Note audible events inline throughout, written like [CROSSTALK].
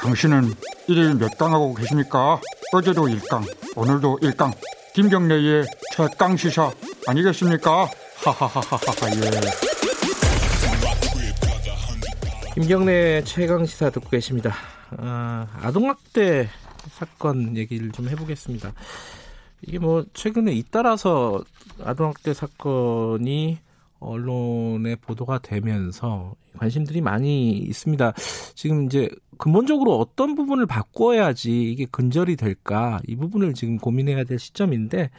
당신은 일일 몇 강하고 계십니까? 어제도 일강 오늘도 일강 김경래의 최강 시사 아니겠습니까? 하하하하하 예. 김경래 최강 시사 듣고 계십니다. 아, 아동학대 사건 얘기를 좀 해보겠습니다. 이게 뭐 최근에 잇따라서 아동학대 사건이 언론에 보도가 되면서 관심들이 많이 있습니다. 지금 이제 근본적으로 어떤 부분을 바꿔야지 이게 근절이 될까 이 부분을 지금 고민해야 될 시점인데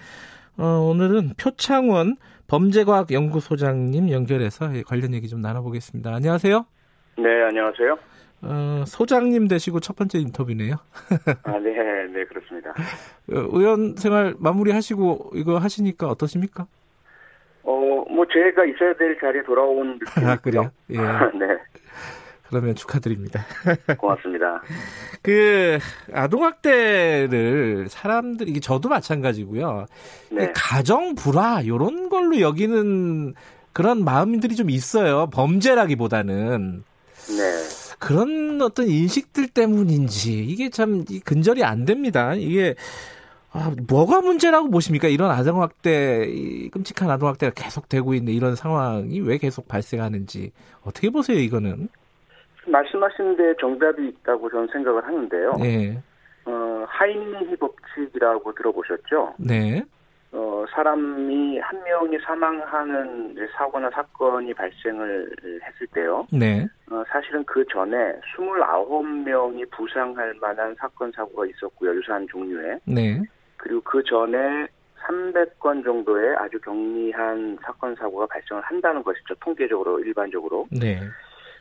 어, 오늘은 표창원 범죄과학연구소장님 연결해서 예, 관련 얘기 좀 나눠보겠습니다. 안녕하세요. 네, 안녕하세요. 어, 소장님 되시고 첫 번째 인터뷰네요. 아, 네, 네, 그렇습니다. 어, 의원 생활 마무리하시고 이거 하시니까 어떠십니까? 어, 뭐 제가 있어야 될 자리에 돌아온 느낌. 아, 그래요? [LAUGHS] 예. [LAUGHS] 네, 그러면 축하드립니다. [LAUGHS] 고맙습니다. 그 아동학대를 사람들 이게 저도 마찬가지고요. 네, 가정 불화 요런 걸로 여기는 그런 마음들이 좀 있어요. 범죄라기보다는 네, 그런 어떤 인식들 때문인지 이게 참 이 근절이 안 됩니다. 이게 아, 뭐가 문제라고 보십니까? 이런 아동학대, 이 끔찍한 아동학대가 계속 되고 있는 이런 상황이 왜 계속 발생하는지 어떻게 보세요? 이거는 말씀하신 데 정답이 있다고 저는 생각을 하는데요. 네, 어, 하이니히 법칙이라고 들어보셨죠? 네, 어, 사람이 한 명이 사망하는 이제 사고나 사건이 발생을 했을 때요. 네, 어, 사실은 그 전에 29명이 부상할 만한 사건 사고가 있었고요. 유사한 종류의. 네, 그리고 그 전에 300건 정도의 아주 경미한 사건 사고가 발생을 한다는 것이죠. 통계적으로 일반적으로. 네,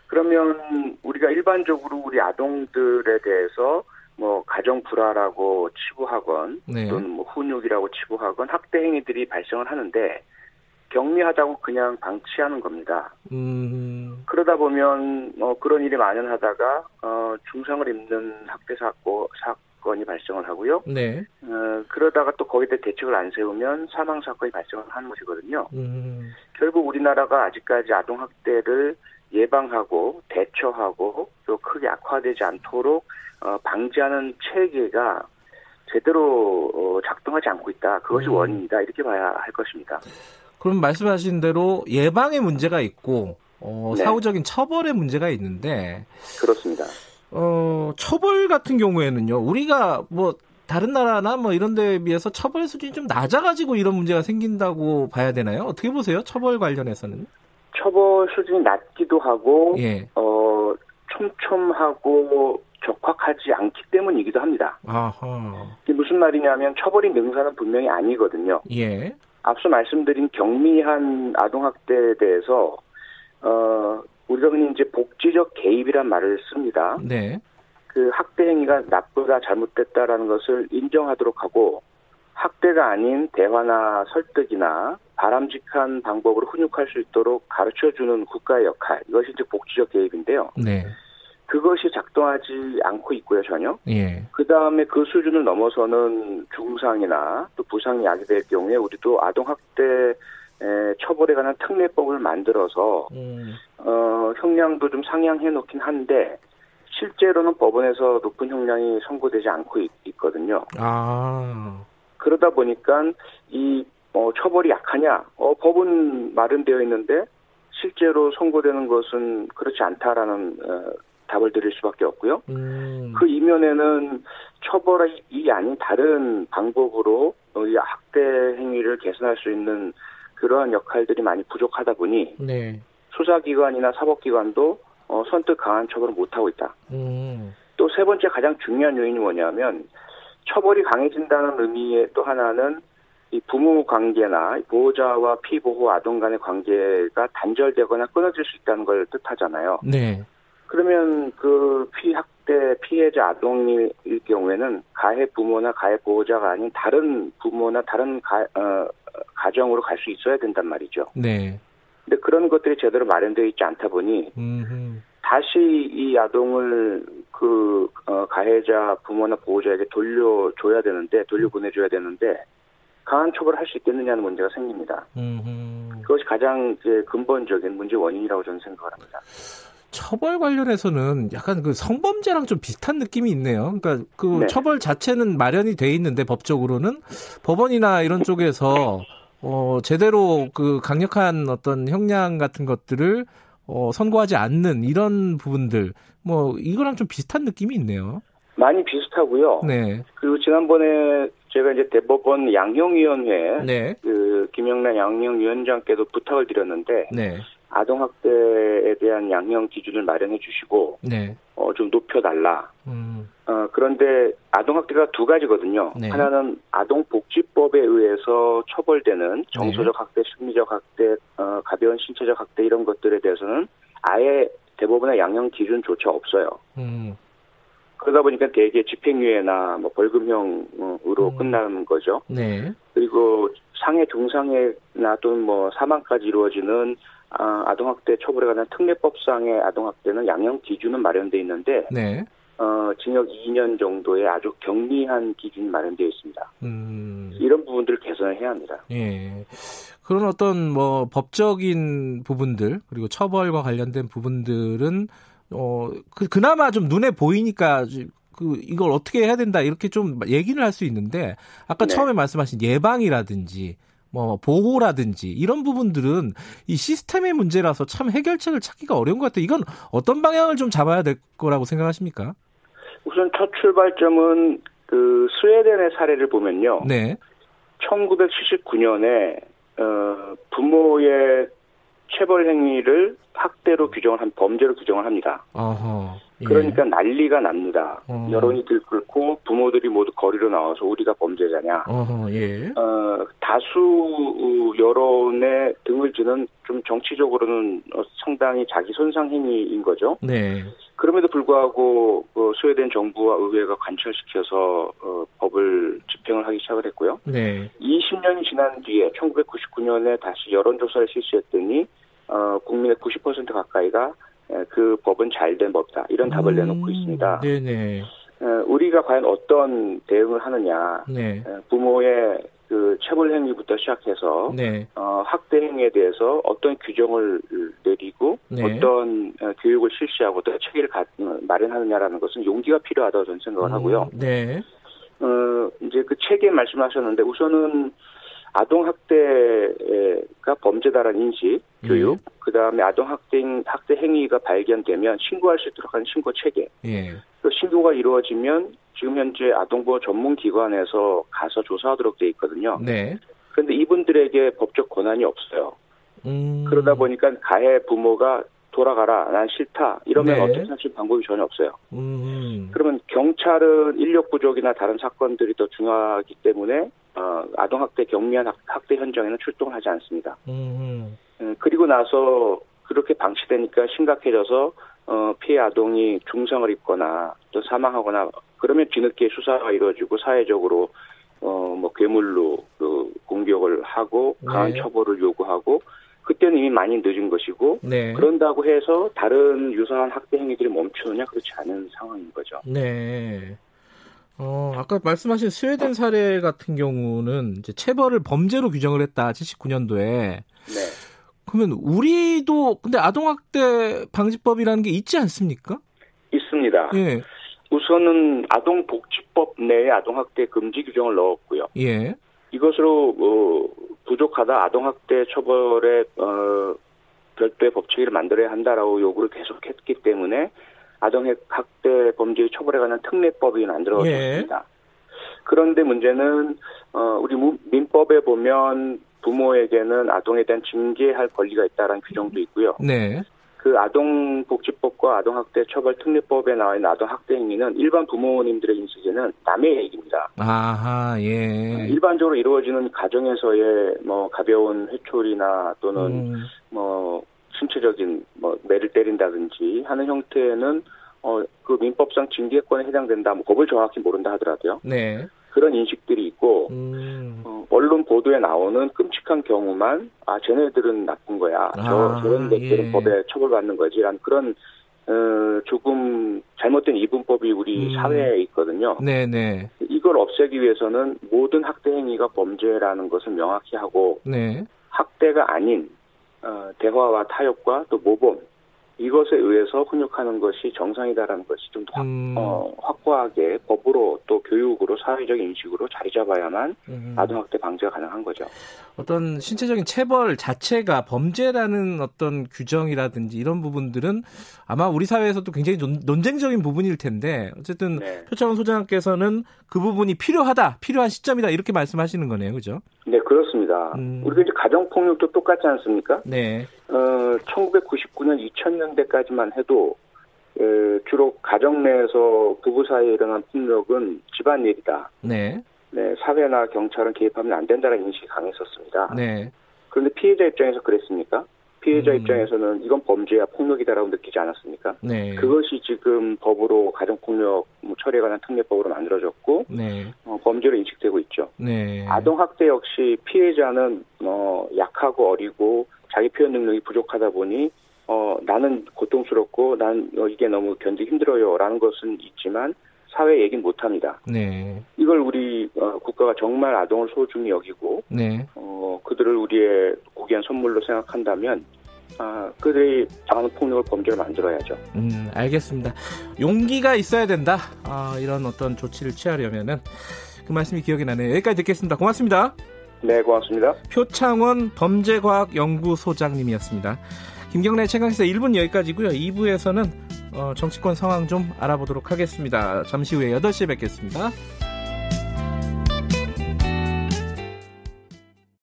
그러면 우리가 일반적으로 우리 아동들에 대해서 뭐 가정 불화라고 치부하건 네, 또는 뭐 훈육이라고 치부하건 학대 행위들이 발생을 하는데 경미하다고 그냥 방치하는 겁니다. 음, 그러다 보면 어, 그런 일이 만연하다가 어, 중상을 입는 학대 사고 사건이 발생을 하고요. 네, 어, 그러다가 또 거기에 대해 대책을 안 세우면 사망 사건이 발생을 하는 것이거든요. 음, 결국 우리나라가 아직까지 아동 학대를 예방하고 대처하고 또 크게 악화되지 않도록 어, 방지하는 체계가 제대로 어, 작동하지 않고 있다. 그것이 음. 원인이다. 이렇게 봐야 할 것입니다. 그럼 말씀하신 대로 예방의 문제가 있고 어, 네. 사후적인 처벌의 문제가 있는데 그렇습니다. 어, 처벌 같은 경우에는요, 우리가 뭐, 다른 나라나 뭐 이런 데에 비해서 처벌 수준이 좀 낮아가지고 이런 문제가 생긴다고 봐야 되나요? 어떻게 보세요? 처벌 관련해서는? 처벌 수준이 낮기도 하고 예. 어, 촘촘하고 적확하지 않기 때문이기도 합니다. 아하. 이게 무슨 말이냐면 처벌이 명사는 분명히 아니거든요. 예. 앞서 말씀드린 경미한 아동학대에 대해서 어, 우리가 흔히 이제 복지적 개입이란 말을 씁니다. 네. 그 학대 행위가 나쁘다 잘못됐다라는 것을 인정하도록 하고 학대가 아닌 대화나 설득이나 바람직한 방법으로 훈육할 수 있도록 가르쳐주는 국가의 역할 이것이 이제 복지적 개입인데요. 네. 그것이 작동하지 않고 있고요 전혀. 예. 그 다음에 그 수준을 넘어서는 중상이나 또 부상이 야기될 경우에 우리도 아동학대 에, 처벌에 관한 특례법을 만들어서 음. 어, 형량도 좀 상향해 놓긴 한데 실제로는 법원에서 높은 형량이 선고되지 않고 있, 거든요 아. 그러다 보니까 이 어, 처벌이 약하냐? 어, 법은 마련되어 있는데 실제로 선고되는 것은 그렇지 않다라는 어, 답을 드릴 수밖에 없고요. 음. 그 이면에는 처벌이 아닌 다른 방법으로 어, 이 학대 행위를 개선할 수 있는 그러한 역할들이 많이 부족하다 보니 네. 수사기관이나 사법기관도 어, 선뜻 강한 처벌을 못하고 있다. 음. 또 세 번째 가장 중요한 요인이 뭐냐면 처벌이 강해진다는 의미의 또 하나는 이 부모 관계나 이 보호자와 피보호 아동 간의 관계가 단절되거나 끊어질 수 있다는 걸 뜻하잖아요. 네. 그러면 그 피학대 피해자 아동일 경우에는 가해 부모나 가해 보호자가 아닌 다른 부모나 다른 가, 어, 가정으로 갈 수 있어야 된단 말이죠. 네. 근데 그런 것들이 제대로 마련되어 있지 않다 보니 음. 다시 이 아동을 그 어, 가해자 부모나 보호자에게 돌려줘야 되는데 돌려보내줘야 되는데 강한 처벌을 할 수 있겠느냐는 문제가 생깁니다. 음. 그것이 가장 이제 근본적인 문제 원인이라고 저는 생각을 합니다. 처벌 관련해서는 약간 그 성범죄랑 좀 비슷한 느낌이 있네요. 그러니까 그 네. 처벌 자체는 마련이 돼 있는데 법적으로는 법원이나 이런 쪽에서 어 제대로 그 강력한 어떤 형량 같은 것들을 어 선고하지 않는 이런 부분들 뭐 이거랑 좀 비슷한 느낌이 있네요. 많이 비슷하고요. 네. 그리고 지난번에 제가 이제 대법원 양형위원회 네. 그 김영란 양형위원장께도 부탁을 드렸는데 네. 아동학대에 대한 양형 기준을 마련해 주시고 네. 어, 좀 높여달라. 음. 어, 그런데 아동학대가 두 가지거든요. 네. 하나는 아동복지법에 의해서 네. 처벌되는 정서적 학대, 심리적 학대, 어, 가벼운 신체적 학대 이런 것들에 대해서는 아예 대부분의 양형 기준조차 없어요. 음. 그러다 보니까 대개 집행유예나 뭐 벌금형으로 음. 끝나는 거죠. 네. 그리고 상해, 중상해나 또는 뭐 사망까지 이루어지는 아, 아동학대 처벌에 관한 특례법상의 아동학대는 양형 기준은 마련돼 있는데 네. 어, 징역 2년 정도의 아주 경미한 기준이 마련되어 있습니다. 음. 이런 부분들을 개선을 해야 합니다. 예. 그런 어떤 뭐 법적인 부분들 그리고 처벌과 관련된 부분들은 어 그, 그나마 좀 눈에 보이니까 그 이걸 어떻게 해야 된다 이렇게 좀 얘기를 할 수 있는데 아까 네. 처음에 말씀하신 예방이라든지 뭐 보호라든지 이런 부분들은 이 시스템의 문제라서 참 해결책을 찾기가 어려운 것 같아요. 이건 어떤 방향을 좀 잡아야 될 거라고 생각하십니까? 우선 첫 출발점은 그 스웨덴의 사례를 보면요. 네. 1979년에 어, 부모의 체벌 행위를 학대로 규정을 한 범죄로 규정을 합니다. 어허. 예. 그러니까 난리가 납니다. 어. 여론이 들끓고 부모들이 모두 거리로 나와서 우리가 범죄자냐. 어허. 예. 어, 다수 여론의 등을 지는 좀 정치적으로는 어, 상당히 자기 손상 행위인 거죠. 네. 그럼에도 불구하고 그 스웨덴 정부와 의회가 관철시켜서 어, 법을 집행을 하기 시작을 했고요. 네. 20년이 지난 뒤에 1999년에 다시 여론조사를 실시했더니 어, 국민의 90% 가까이가 에, 그 법은 잘된 법이다 이런 답을 내놓고 있습니다. 음, 네네. 에, 우리가 과연 어떤 대응을 하느냐 네. 에, 부모의 그 체벌 행위부터 시작해서 네. 어, 학대 행위에 대해서 어떤 규정을 내리고 네. 어떤 어, 교육을 실시하고 또 체계를 가- 어, 마련하느냐라는 것은 용기가 필요하다고 저는 생각을 하고요. 음, 네. 어, 이제 그 책에 말씀하셨는데 우선은 아동학대가 범죄다라는 인식, 네. 교육, 그 다음에 아동학대 학대 행위가 발견되면 신고할 수 있도록 하는 신고 체계, 예. 또 신고가 이루어지면 지금 현재 아동보호 전문기관에서 가서 조사하도록 돼 있거든요. 네. 그런데 이분들에게 법적 권한이 없어요. 음, 그러다 보니까 가해 부모가 돌아가라, 난 싫다, 이러면 네. 어떻게 할수 있는 방법이 전혀 없어요. 음, 그러면 경찰은 인력 부족이나 다른 사건들이 더 중요하기 때문에 어, 아동학대 경미한 학- 학대 현장에는 출동을 하지 않습니다. 음, 음, 그리고 나서 그렇게 방치되니까 심각해져서 어, 피해 아동이 중상을 입거나 또 사망하거나 그러면 뒤늦게 수사가 이루어지고 사회적으로 어, 뭐 괴물로 그 공격을 하고 강한 네. 처벌을 요구하고 그때는 이미 많이 늦은 것이고 네. 그런다고 해서 다른 유사한 학대 행위들이 멈추느냐 그렇지 않은 상황인 거죠. 네. 어, 아까 말씀하신 스웨덴 사례 같은 경우는 이제 체벌을 범죄로 규정을 했다. 79년도에. 네. 그러면 우리도 근데 아동학대 방지법이라는 게 있지 않습니까? 있습니다. 예. 우선은 아동복지법 내에 아동학대 금지 규정을 넣었고요. 예. 이것으로 어, 부족하다 아동학대 처벌에 어, 별도의 법칙을 만들어야 한다라고 요구를 계속했기 때문에 아동학대 범죄 처벌에 관한 특례법이 만들어졌습니다. 그런데 문제는 어, 우리 무- 민법에 보면 부모에게는 아동에 대한 징계할 권리가 있다라는 규정도 있고요. 네. 그 아동복지법과 아동학대처벌특례법에 나와 있는 아동학대 행위는 일반 부모님들의 인식에는 남의 얘기입니다. 아하, 예. 일반적으로 이루어지는 가정에서의 뭐 가벼운 회초리나 또는 음, 뭐 신체적인 뭐 매를 때린다든지 하는 형태는 어 그 민법상 징계권에 해당된다. 뭐 법을 정확히 모른다 하더라도요. 네. 그런 인식들이 있고 음, 어, 언론 보도에 나오는 끔찍한 경우만 아 쟤네들은 나쁜 거야 아, 저 저런 것들은 예. 법에 처벌받는 거지라는 그런 어, 조금 잘못된 이분법이 음. 우리 사회에 있거든요. 네, 네. 이걸 없애기 위해서는 모든 학대 행위가 범죄라는 것을 명확히 하고 네. 학대가 아닌 어, 대화와 타협과 또 모범 이 이것에 의해서 훈육하는 것이 정상이다라는 것이 좀 더 확, 음. 어, 확고하게 법으로 또 교육으로 사회적 인식으로 자리 잡아야만 음. 아동학대 방지가 가능한 거죠. 어떤 신체적인 체벌 자체가 범죄라는 어떤 규정이라든지 이런 부분들은 아마 우리 사회에서도 굉장히 논, 쟁적인 부분일 텐데 어쨌든 네. 표창원 소장께서는 그 부분이 필요하다, 필요한 시점이다 이렇게 말씀하시는 거네요, 그죠? 네, 그렇습니다. 음. 우리가 이제 가정폭력도 똑같지 않습니까? 네, 어, 1999년 2000년대까지만 해도 어, 주로 가정 내에서 부부 사이에 일어난 폭력은 집안일이다. 네, 네, 사회나 경찰은 개입하면 안 된다는 인식이 강했었습니다. 네, 그런데 피해자 입장에서 그랬습니까? 피해자 음. 입장에서는 이건 범죄야 폭력이다라고 느끼지 않았습니까? 네, 그것이 지금 법으로 가정폭력 뭐 처리에 관한 특례법으로 만들어졌고 네, 어, 범죄로 인식되고 있죠. 네, 아동학대 역시 피해자는 어, 약하고 어리고 자기 표현 능력이 부족하다 보니 어, 나는 고통스럽고 난 어, 이게 너무 견디기 힘들어요라는 것은 있지만 사회 얘기는 못합니다. 네, 이걸 우리 어, 국가가 정말 아동을 소중히 여기고 네, 어, 그들을 우리의 고귀한 선물로 생각한다면 아, 그들이 당하는 폭력을 범죄로 만들어야죠. 음, 알겠습니다. 용기가 있어야 된다. 아, 이런 어떤 조치를 취하려면은 그 말씀이 기억이 나네요. 여기까지 듣겠습니다. 고맙습니다. 네, 고맙습니다. 표창원 범죄과학연구소장님이었습니다. 김경래 최강시사 1분 여기까지고요. 어, 2부에서는 정치권 상황 좀 알아보도록 하겠습니다. 잠시 후에 8시에 뵙겠습니다.